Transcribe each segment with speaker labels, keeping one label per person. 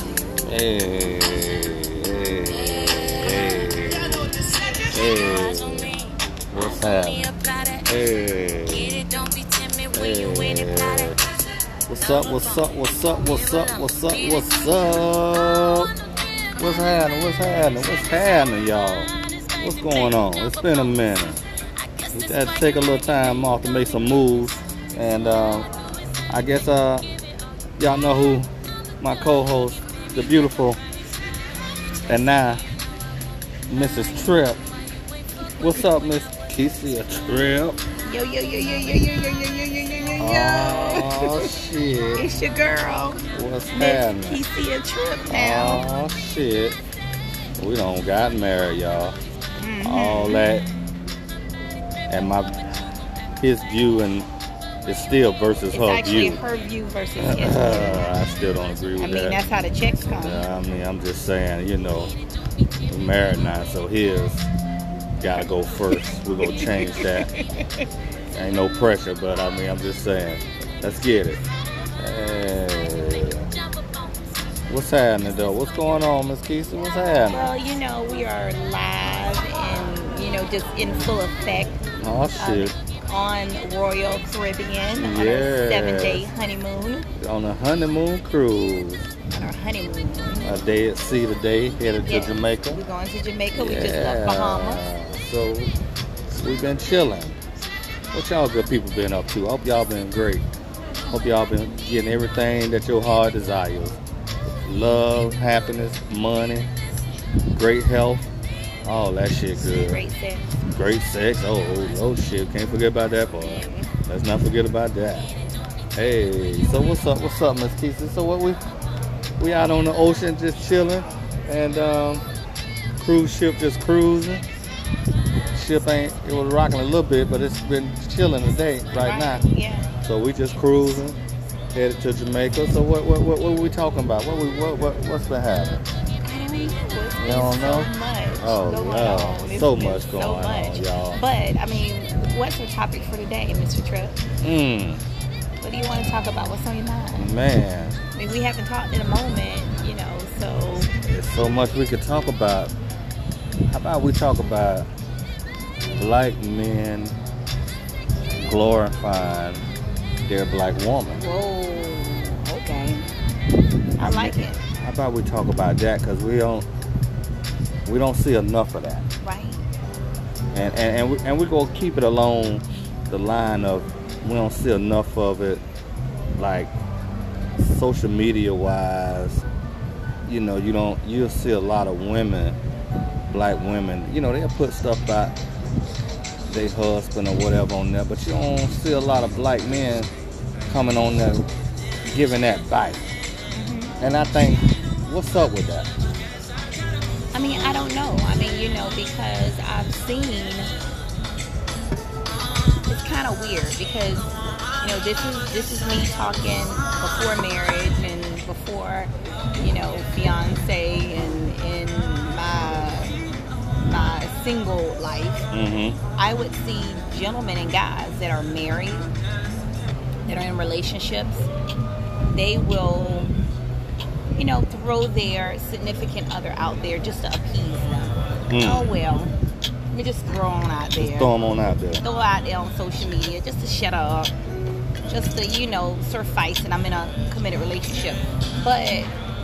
Speaker 1: Hey, hey, hey, hey. What's up? Hey. What's up? What's up? What's up? What's up? What's up? What's up? What's happening? What's happening? What's happening, y'all? What's going on? It's been a minute. We had to take a little time off to make some moves, and uh, I guess uh, y'all know who my co-host, the beautiful, and now Mrs. Tripp. What's up, Miss Keisha Tripp?
Speaker 2: Yo, yo, yo, yo, yo, yo, yo, yo, yo, yo, yo, yo, yo.
Speaker 1: Oh shit!
Speaker 2: It's your girl,
Speaker 1: What's
Speaker 2: Miss
Speaker 1: happening?
Speaker 2: PC a Trip now.
Speaker 1: Oh shit! We don't got married, y'all.
Speaker 2: Mhm.
Speaker 1: all that and my his view and it's still versus
Speaker 2: It's
Speaker 1: her
Speaker 2: actually
Speaker 1: view.
Speaker 2: her view versus his view.
Speaker 1: I still don't agree with
Speaker 2: I mean,
Speaker 1: that.
Speaker 2: that's how the checks come.
Speaker 1: Yeah, I mean, I'm just saying, you know, we're married now, so his gotta go first. We're gonna change that. Ain't no pressure, but I mean, I'm just saying, let's get it. Hey. What's happening though? What's going on, Miss Keisha? What's happening?
Speaker 2: Well, you know, we are live and, you know, just in full effect
Speaker 1: Oh
Speaker 2: um,
Speaker 1: shit.
Speaker 2: on Royal Caribbean on our
Speaker 1: Yes.
Speaker 2: seven day honeymoon.
Speaker 1: on a honeymoon cruise.
Speaker 2: On our honeymoon.
Speaker 1: A day at sea today, headed
Speaker 2: Yes.
Speaker 1: to
Speaker 2: We're
Speaker 1: Jamaica.
Speaker 2: going to Jamaica. We just left Bahamas.
Speaker 1: So we've been chilling. What y'all good people been up to? Hope y'all been great. Hope y'all been getting everything that your heart desires. Love, happiness, money, great health, all that shit good.
Speaker 2: Great set.
Speaker 1: Great sex. Oh, oh, oh shit. Can't forget about that part. Let's not forget about that. Hey, so what's up? What's up, Miss Keisha? So what we we out on the ocean just chilling and um cruise ship just cruising. Ship ain't it was rocking a little bit, but it's been chilling today right now.
Speaker 2: Yeah.
Speaker 1: So we just cruising, headed to Jamaica. So what what what, what we talking about? What we what, what what's been happening?
Speaker 2: You
Speaker 1: You don't know?
Speaker 2: So much
Speaker 1: Oh,
Speaker 2: going
Speaker 1: wow.
Speaker 2: on. It's
Speaker 1: So
Speaker 2: been
Speaker 1: much
Speaker 2: so
Speaker 1: going on,
Speaker 2: much.
Speaker 1: y'all.
Speaker 2: But I mean, what's the topic for today, Mr. Tripp?
Speaker 1: Mmm,
Speaker 2: What do you want to talk about? What's on your mind?
Speaker 1: man.
Speaker 2: I mean, we haven't talked in a moment, you know. So
Speaker 1: There's so much we could talk about. How about we talk about black men glorifying their black woman?
Speaker 2: whoa, okay. I like it.
Speaker 1: How about we talk about that? Cause we don't we don't see enough of that.
Speaker 2: Right.
Speaker 1: And and and, we, and we're gonna keep it along the line of we don't see enough of it, like social media wise. You know, you don't you'll see a lot of women, black women. You know, they'll put stuff about their husband or whatever on there, but you don't see a lot of black men coming on there giving that bite. And I think, what's up with that?
Speaker 2: I mean, I don't know. I mean, you know, because I've seen it's kind of weird because you know this is this is me talking before marriage and before you know fiance and in my my single life.
Speaker 1: Mm-hmm.
Speaker 2: I would see gentlemen and guys that are married that are in relationships. They will you know throw their significant other out there just to appease them. Oh well, let me just throw on out there.
Speaker 1: Hmm. Throw 'em on out there.
Speaker 2: Throw out there on social media just to shut up, just to you know suffice, and I'm in a committed relationship. But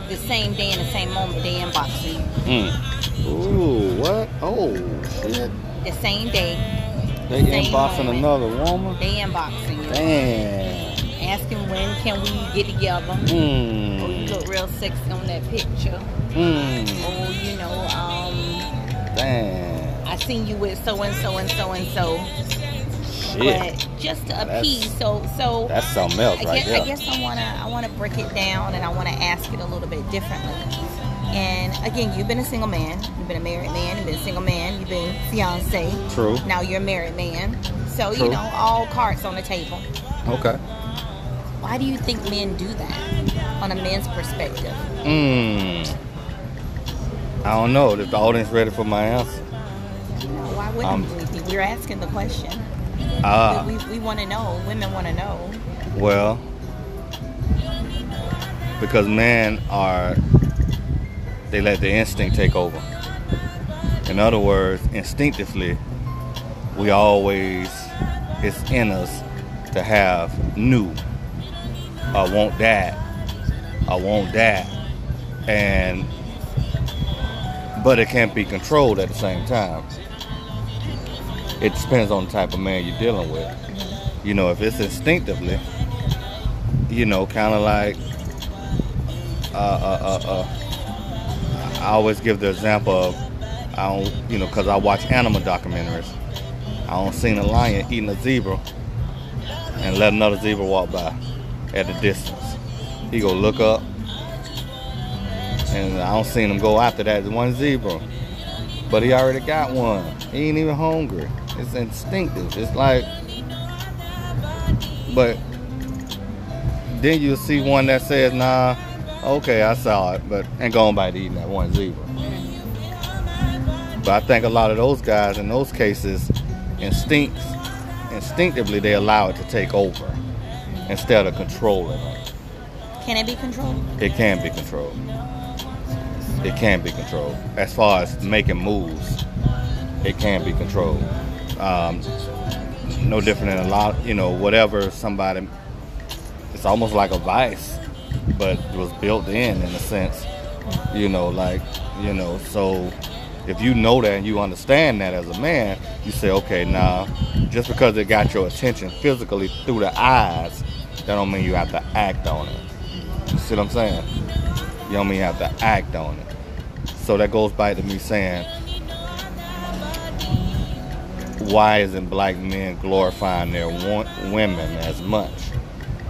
Speaker 2: the same day and the same moment they inbox me.
Speaker 1: Mm. Ooh, what? Oh, shit.
Speaker 2: The same day
Speaker 1: They
Speaker 2: Same
Speaker 1: inboxing
Speaker 2: moment.
Speaker 1: another woman?
Speaker 2: they inboxing me,
Speaker 1: Damn.
Speaker 2: asking when can we get together. Oh, you
Speaker 1: Mm.
Speaker 2: look real sexy on that picture.
Speaker 1: Mm.
Speaker 2: Oh, you know, um,
Speaker 1: Damn.
Speaker 2: I seen you with so and so and so and so.
Speaker 1: Shit.
Speaker 2: But just to
Speaker 1: That's-
Speaker 2: appease, so so
Speaker 1: That's something else
Speaker 2: I
Speaker 1: right
Speaker 2: guess, I
Speaker 1: there.
Speaker 2: guess I wanna I wanna break it down and I wanna ask it a little bit differently. And again, you've been a single man, you've been a married man, you've been a single man, you've been fiance.
Speaker 1: True.
Speaker 2: Now you're a married man. So
Speaker 1: True.
Speaker 2: you know, all cards on the table.
Speaker 1: Okay.
Speaker 2: Why do you think men do that on a man's perspective?
Speaker 1: Mm. I don't know if the audience ready for my answer.
Speaker 2: You know, why wouldn't
Speaker 1: Um,
Speaker 2: we think we're asking the question?
Speaker 1: Ah,
Speaker 2: we we, we wanna know, women wanna know.
Speaker 1: well, because men are they let the instinct take over. In other words, instinctively, we always, it's in us to have new. I want that. I want that. And, but it can't be controlled at the same time. It depends on the type of man you're dealing with. You know, if it's instinctively, you know, kind of like, uh, uh, uh, uh, I always give the example of I don't, you know, because I watch animal documentaries. I don't seen a lion eating a zebra and let another zebra walk by at a distance. He go look up, and I don't seen him go after that one zebra, but he already got one. He ain't even hungry. It's instinctive. It's like, but then you'll see one that says, "Nah, okay, I saw it, but ain't going by to eating that one zebra." But I think a lot of those guys in those cases, instincts, instinctively they allow it to take over instead of controlling it.
Speaker 2: Can it be controlled?
Speaker 1: It can be controlled. It can be controlled. As far as making moves, it can be controlled. Um, no different than a lot, you know, whatever somebody. It's almost like a vice, but it was built in in a sense. You know, like you know, so if you know that and you understand that as a man, you say, okay, now just because it got your attention physically through the eyes, that don't mean you have to act on it. You see what I'm saying? You don't mean you have to act on it. So that goes back to me saying, why isn't black men glorifying their wo- women as much?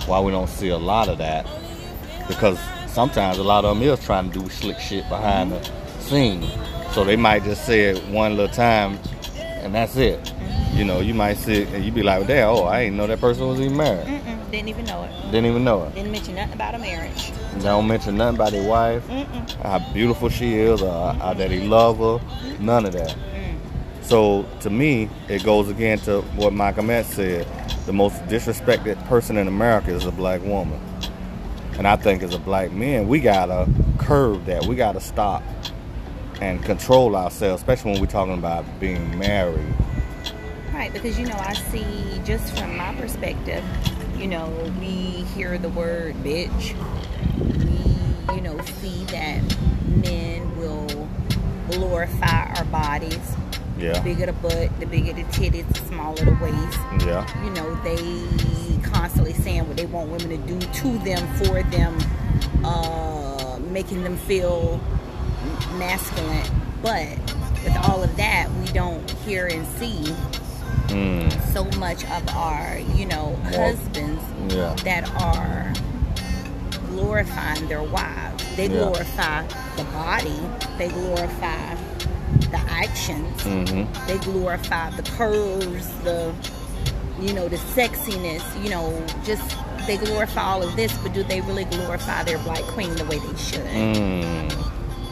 Speaker 1: Why we don't see a lot of that? Because sometimes a lot of them is trying to do slick shit behind the scene. So they might just say it one little time, and that's it. You know, you might see it and you be like, "Damn, oh, I didn't know that person was even married.
Speaker 2: Mm-mm, didn't even know it.
Speaker 1: Didn't even know it.
Speaker 2: Didn't mention nothing about a marriage.
Speaker 1: Don't mention nothing about their wife,
Speaker 2: Mm-mm.
Speaker 1: how beautiful she is, or, how that he love her. None of that.
Speaker 2: Mm.
Speaker 1: So to me, it goes again to what Malcolm X said: the most disrespected person in America is a black woman, and I think as a black man, we gotta curb that. We gotta stop and control ourselves, especially when we're talking about being married.
Speaker 2: Right, because you know, I see just from my perspective, you know, we hear the word bitch. We, you know, see that men will glorify our bodies. The
Speaker 1: Yeah,
Speaker 2: bigger the butt, the bigger the titties, the smaller the waist.
Speaker 1: yeah,
Speaker 2: You know, they constantly saying what they want women to do to them, for them, uh, making them feel masculine. But with all of that, we don't hear and see
Speaker 1: mm,
Speaker 2: so much of our, you know,
Speaker 1: Yeah.
Speaker 2: husbands
Speaker 1: yeah,
Speaker 2: that are glorifying their wives. They
Speaker 1: Yeah.
Speaker 2: glorify the body, they glorify the actions,
Speaker 1: mm-hmm,
Speaker 2: they glorify the curves, the you know, the sexiness, you know, just they glorify all of this, but do they really glorify their black queen the way they should?
Speaker 1: mm.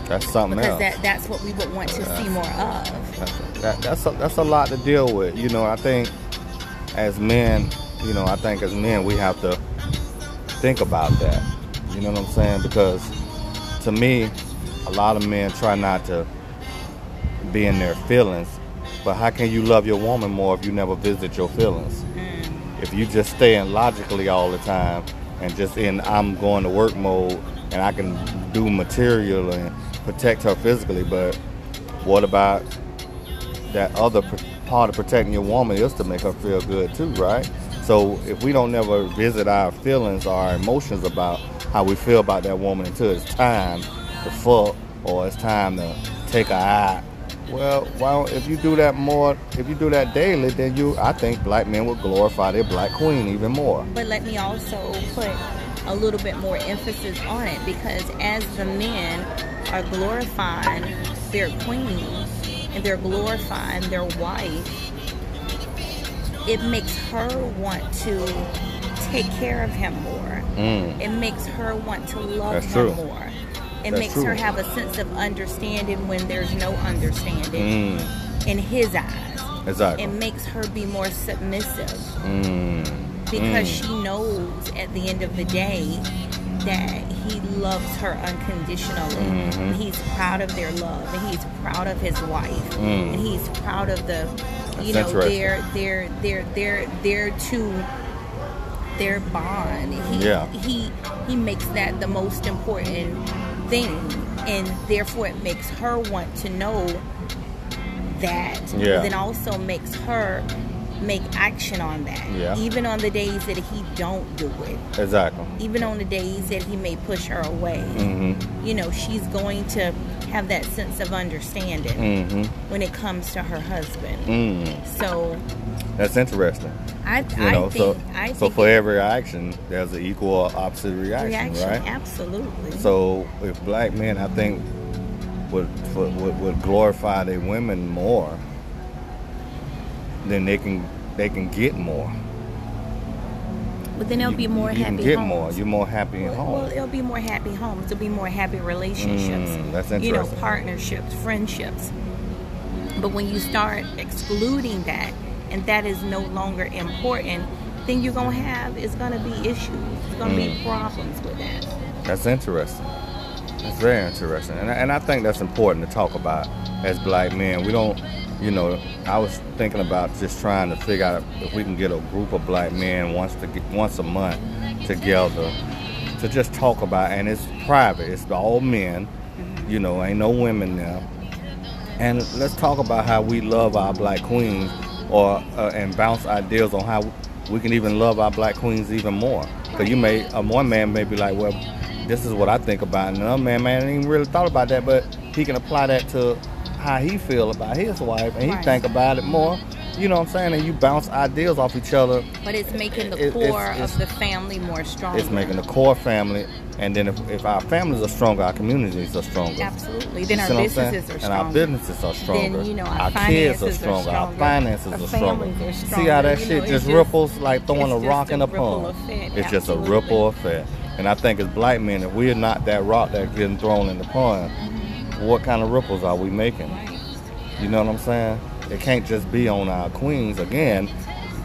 Speaker 1: That's something
Speaker 2: Because
Speaker 1: else.
Speaker 2: that, that's what we would want to see more of.
Speaker 1: That's- that, that's a, that's a lot to deal with. You know, I think as men, you know, I think as men we have to think about that. You know what I'm saying? Because to me, a lot of men try not to be in their feelings. But how can you love your woman more if you never visit your feelings? If you just stay in logically all the time and just in I'm going to work mode and I can do material and protect her physically, but what about that other pr- part of protecting your woman is to make her feel good too, right? So if we don't never visit our feelings or our emotions about how we feel about that woman until it's time to fuck or it's time to take her out, well, why don't, if you do that more, if you do that daily, then you, I think black men would glorify their black queen even more.
Speaker 2: But let me also put a little bit more emphasis on it because as the men are glorifying their queens and they're glorifying their wife, it makes her want to take care of him more.
Speaker 1: Mm,
Speaker 2: It makes her want to love
Speaker 1: That's
Speaker 2: him
Speaker 1: true.
Speaker 2: more. It
Speaker 1: That's
Speaker 2: makes
Speaker 1: true.
Speaker 2: her have a sense of understanding when there's no understanding
Speaker 1: mm,
Speaker 2: in his eyes.
Speaker 1: exactly.
Speaker 2: It makes her be more submissive
Speaker 1: Mm,
Speaker 2: because
Speaker 1: Mm.
Speaker 2: she knows at the end of the day that he loves her unconditionally.
Speaker 1: Mhm.
Speaker 2: And he's proud of their love, and he's proud of his wife,
Speaker 1: Mm.
Speaker 2: and he's proud of the, you
Speaker 1: That's
Speaker 2: know,
Speaker 1: interesting.
Speaker 2: their their their their their two, their bond. He,
Speaker 1: Yeah.
Speaker 2: He he makes that the most important thing, and therefore it makes her want to know that.
Speaker 1: Yeah.
Speaker 2: But then also makes her make action on that.
Speaker 1: Yeah.
Speaker 2: Even on the days that he don't do it
Speaker 1: Exactly.
Speaker 2: even on the days that he may push her away,
Speaker 1: Mm-hmm.
Speaker 2: you know, she's going to have that sense of understanding
Speaker 1: Mm-hmm.
Speaker 2: when it comes to her husband.
Speaker 1: Mm.
Speaker 2: So
Speaker 1: That's interesting.
Speaker 2: I,
Speaker 1: You
Speaker 2: I
Speaker 1: know, so
Speaker 2: think I
Speaker 1: so
Speaker 2: think
Speaker 1: for every action, there's an equal or opposite reaction,
Speaker 2: reaction,
Speaker 1: right?
Speaker 2: absolutely.
Speaker 1: So if black men, I think, would would, would- would glorify their women more, then they can they can get more.
Speaker 2: but then there'll
Speaker 1: You-
Speaker 2: be more
Speaker 1: you
Speaker 2: happy
Speaker 1: can get
Speaker 2: homes.
Speaker 1: more. You're more happy at
Speaker 2: well,
Speaker 1: home.
Speaker 2: well, it'll be more happy homes. There'll be more happy relationships.
Speaker 1: Mm, that's
Speaker 2: You know,
Speaker 1: interesting.
Speaker 2: partnerships, friendships. But when you start excluding that, and that is no longer important, then you're gonna have it's gonna be issues. It's gonna
Speaker 1: Mm.
Speaker 2: be problems with that.
Speaker 1: That's interesting. That's very interesting, and I, and I think that's important to talk about as black men. We don't, you know, I was thinking about just trying to figure out if we can get a group of black men once to get, once a month together to just talk about, and it's private. It's all men, you know, ain't no women now. And let's talk about how we love our black queens, or uh, and bounce ideas on how we can even love our black queens even more. Because you may, um, one man may be like, well, this is what I think about, and another man may not even really thought about that, but he can apply that to how he feel about his wife, and he
Speaker 2: Right.
Speaker 1: think about it more. You know what I'm saying? And you bounce ideas off each other.
Speaker 2: But it's making the
Speaker 1: It- it's-
Speaker 2: core
Speaker 1: it's-
Speaker 2: of the family more strong.
Speaker 1: It's making the core family, and then if, if our families are stronger, our communities are stronger.
Speaker 2: absolutely. Then
Speaker 1: You
Speaker 2: our
Speaker 1: see what I'm saying?
Speaker 2: businesses are
Speaker 1: And
Speaker 2: stronger.
Speaker 1: our businesses are stronger.
Speaker 2: you know,
Speaker 1: kids
Speaker 2: our
Speaker 1: are
Speaker 2: finances are
Speaker 1: stronger. Our
Speaker 2: stronger.
Speaker 1: finances
Speaker 2: Our
Speaker 1: are stronger.
Speaker 2: families are
Speaker 1: See how
Speaker 2: stronger.
Speaker 1: that
Speaker 2: You
Speaker 1: shit
Speaker 2: know, it
Speaker 1: just
Speaker 2: just-
Speaker 1: ripples like throwing
Speaker 2: it's
Speaker 1: a
Speaker 2: just
Speaker 1: rock
Speaker 2: a
Speaker 1: in a
Speaker 2: ripple
Speaker 1: pond.
Speaker 2: effect,
Speaker 1: It's just a
Speaker 2: absolutely.
Speaker 1: ripple effect. And I think as black men, if we're not that rock that's getting thrown in the pond, what kind of ripples are we making?
Speaker 2: Right.
Speaker 1: You know what I'm saying? It can't just be on our queens. Again,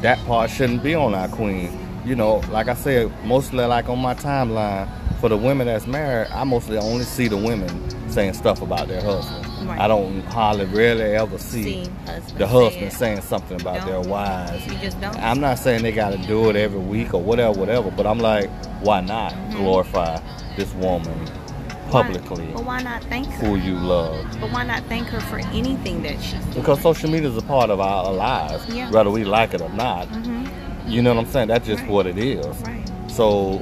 Speaker 1: that part shouldn't be on our queens. You know, like I said, mostly like on my timeline, for the women that's married, I mostly only see the women saying stuff about their husband.
Speaker 2: Right.
Speaker 1: I don't hardly rarely ever see,
Speaker 2: See, husband
Speaker 1: the
Speaker 2: say
Speaker 1: husband
Speaker 2: it.
Speaker 1: saying something about their
Speaker 2: Don't.
Speaker 1: wives.
Speaker 2: You just don't.
Speaker 1: I'm not saying they got to do it every week or whatever, whatever, but I'm like, why not glorify this woman
Speaker 2: Mm-hmm. Why-
Speaker 1: publicly
Speaker 2: But why not thank her?
Speaker 1: who you love?
Speaker 2: But why not thank her for anything that she's doing?
Speaker 1: Because social media is a part of our lives,
Speaker 2: Yeah.
Speaker 1: whether we like it or not.
Speaker 2: hmm
Speaker 1: You know what I'm saying? That's just
Speaker 2: Right.
Speaker 1: what it is.
Speaker 2: Right.
Speaker 1: So,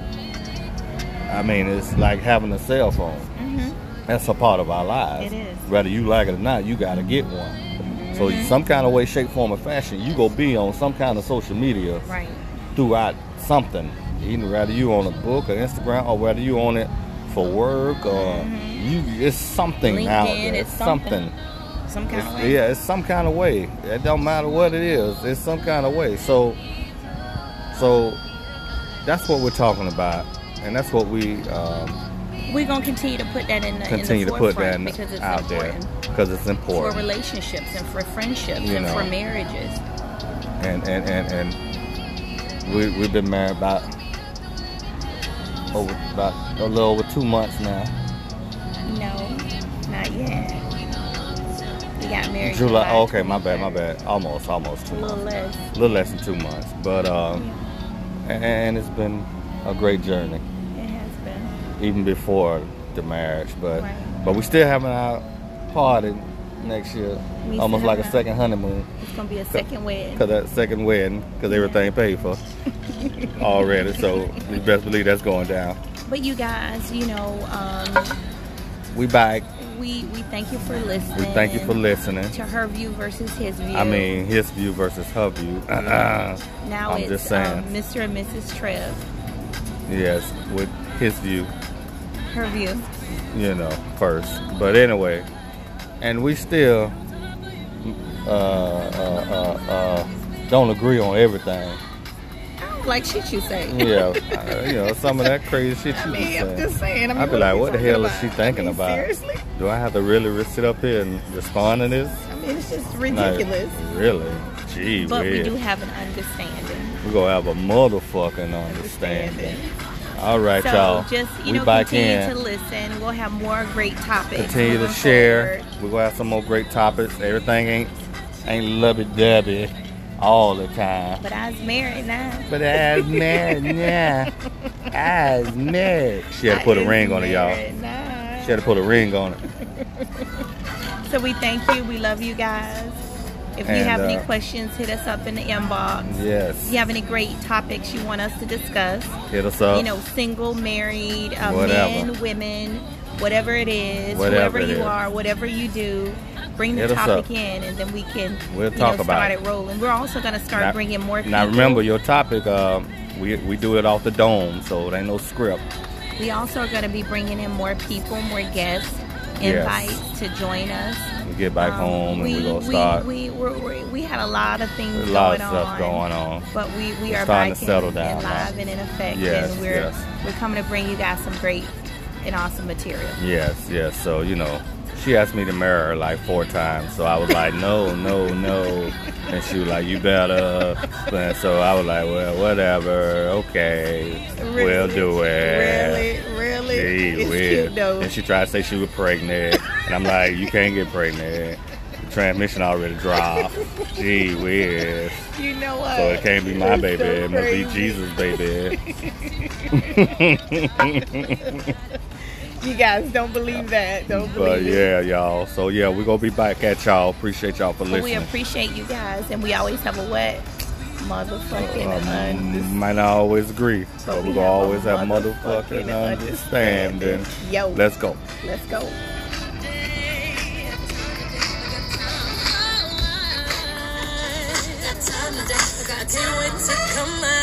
Speaker 1: I mean, it's like having a cell phone.
Speaker 2: hmm
Speaker 1: That's a part of our lives.
Speaker 2: It is. Mm-hmm.
Speaker 1: Whether you like it or not, you got to get one. So, some kind of way, shape, form, or fashion, you go be on some kind of social media
Speaker 2: Right.
Speaker 1: throughout something. Even whether you on a book or Instagram, or whether you on it for work, or you, it's something out
Speaker 2: Mm-hmm. LinkedIn,
Speaker 1: there.
Speaker 2: it's something.
Speaker 1: something.
Speaker 2: Some kind of
Speaker 1: It's-
Speaker 2: way.
Speaker 1: Yeah, it's some kind of way. It don't matter what it is. It's some kind of way. So, so that's what we're talking about, and that's what we um,
Speaker 2: We're gonna continue to put that in the
Speaker 1: continue
Speaker 2: in the
Speaker 1: to put that
Speaker 2: forefront because it's
Speaker 1: out
Speaker 2: important
Speaker 1: there because it's
Speaker 2: for
Speaker 1: important.
Speaker 2: relationships and for friendships
Speaker 1: You
Speaker 2: and for
Speaker 1: know.
Speaker 2: marriages.
Speaker 1: And and and and we we've been married about over about a little over two months now.
Speaker 2: No, not yet. We got married.
Speaker 1: July.
Speaker 2: July
Speaker 1: oh, okay, my bad, my
Speaker 2: 23rd.
Speaker 1: bad. Almost, almost two
Speaker 2: A little
Speaker 1: months.
Speaker 2: less.
Speaker 1: A little less than two months, but um,
Speaker 2: Yeah,
Speaker 1: and, and it's been a great journey.
Speaker 2: it has been.
Speaker 1: even before the marriage, but
Speaker 2: Right.
Speaker 1: but we still having our party next year,
Speaker 2: We still
Speaker 1: almost like a
Speaker 2: having our-
Speaker 1: second honeymoon,
Speaker 2: It's gonna be a second wedding.
Speaker 1: cause that second wedding, cause everything paid for already. So you best believe that's going down.
Speaker 2: But you guys, you know, um,
Speaker 1: We back.
Speaker 2: we we thank you for listening.
Speaker 1: We thank you for listening.
Speaker 2: To her view versus his view.
Speaker 1: I mean, his view versus her view.
Speaker 2: now
Speaker 1: I'm
Speaker 2: it's
Speaker 1: just saying.
Speaker 2: Um, Mr. and Mrs. Trev.
Speaker 1: yes, with his view,
Speaker 2: Her view.
Speaker 1: you know, first. But anyway, and we still uh, uh, uh, uh, don't agree on everything.
Speaker 2: I don't like shit you say.
Speaker 1: yeah, uh, you know, some of that crazy shit
Speaker 2: I
Speaker 1: you
Speaker 2: mean, I'm
Speaker 1: just
Speaker 2: just
Speaker 1: said.
Speaker 2: saying. I mean,
Speaker 1: I'd be like,
Speaker 2: are we
Speaker 1: what the hell
Speaker 2: talking
Speaker 1: is she
Speaker 2: about?
Speaker 1: thinking
Speaker 2: I mean,
Speaker 1: about?
Speaker 2: Seriously?
Speaker 1: Do I have to really re- sit up here and respond to this?
Speaker 2: I mean, it's just
Speaker 1: Like,
Speaker 2: ridiculous.
Speaker 1: really? Gee
Speaker 2: but we
Speaker 1: whiz.
Speaker 2: do have an understanding.
Speaker 1: We're going to have a motherfucking understanding. All right,
Speaker 2: so
Speaker 1: y'all.
Speaker 2: just you
Speaker 1: we
Speaker 2: know
Speaker 1: back
Speaker 2: continue
Speaker 1: in.
Speaker 2: to listen. We'll have more great topics.
Speaker 1: continue to
Speaker 2: moving
Speaker 1: share.
Speaker 2: forward.
Speaker 1: We're gonna have some more great topics. Everything ain't ain't lubby dubby all the time.
Speaker 2: But I was married now.
Speaker 1: But as mad, yeah, as mad. She had to put a ring on it, y'all. She had to put a ring on it.
Speaker 2: So we thank you. We love you guys. If you
Speaker 1: And,
Speaker 2: have any
Speaker 1: uh,
Speaker 2: questions, hit us up in the inbox. If
Speaker 1: Yes.
Speaker 2: you have any great topics you want us to discuss,
Speaker 1: Hit us up.
Speaker 2: you know, single, married, uh,
Speaker 1: Whatever.
Speaker 2: men, women, whatever it is,
Speaker 1: Whatever
Speaker 2: whoever
Speaker 1: it
Speaker 2: you
Speaker 1: is.
Speaker 2: are, whatever you do, bring the
Speaker 1: Hit us
Speaker 2: topic
Speaker 1: up.
Speaker 2: in, and then we can
Speaker 1: We'll
Speaker 2: you know,
Speaker 1: talk about
Speaker 2: start
Speaker 1: it.
Speaker 2: it rolling. We're also going to start
Speaker 1: Now-
Speaker 2: bringing more.
Speaker 1: Now
Speaker 2: people.
Speaker 1: remember your topic. Uh, we we do it off the dome, so it ain't no script.
Speaker 2: We also are going to be bringing in more people, more guests,
Speaker 1: Yes.
Speaker 2: invites to join us.
Speaker 1: We get back
Speaker 2: Um,
Speaker 1: home and we, gonna
Speaker 2: we,
Speaker 1: start.
Speaker 2: We, we, we, we had a lot of things
Speaker 1: a lot of
Speaker 2: going
Speaker 1: stuff
Speaker 2: on,
Speaker 1: going on.
Speaker 2: but we, we
Speaker 1: We're
Speaker 2: are
Speaker 1: starting
Speaker 2: back
Speaker 1: to settle
Speaker 2: and,
Speaker 1: down
Speaker 2: and
Speaker 1: now.
Speaker 2: live and in effect,
Speaker 1: Yes,
Speaker 2: and we're
Speaker 1: yes.
Speaker 2: we're coming to bring you guys some great and awesome material.
Speaker 1: Yes, yes. So you know, she asked me to marry her like four times. So I was like, no, no, no. And she was like, you better. And so I was like, well, whatever. Okay, we'll do it.
Speaker 2: Really, really,
Speaker 1: Gee
Speaker 2: it's
Speaker 1: whiz.
Speaker 2: cute though.
Speaker 1: And she tried to say she was pregnant, and I'm like, you can't get pregnant. The transmission already dropped. Gee whiz.
Speaker 2: you know what?
Speaker 1: So it can't be my
Speaker 2: It's
Speaker 1: baby.
Speaker 2: so
Speaker 1: it must be
Speaker 2: crazy.
Speaker 1: Jesus' baby.
Speaker 2: You guys don't believe that. Don't
Speaker 1: But
Speaker 2: believe. it.
Speaker 1: yeah, y'all. So yeah, we're gonna be back at y'all. Appreciate y'all for
Speaker 2: But
Speaker 1: listening.
Speaker 2: we appreciate you guys, and we always have a wet motherfucking understanding.
Speaker 1: Um, might not always agree, but
Speaker 2: But
Speaker 1: we're
Speaker 2: we
Speaker 1: gonna
Speaker 2: have a
Speaker 1: always have
Speaker 2: motherfucking
Speaker 1: motherfucking understanding.
Speaker 2: understanding. Yo.
Speaker 1: Let's go.
Speaker 2: Let's go.
Speaker 3: Got time today, I gotta deal with it. Come on.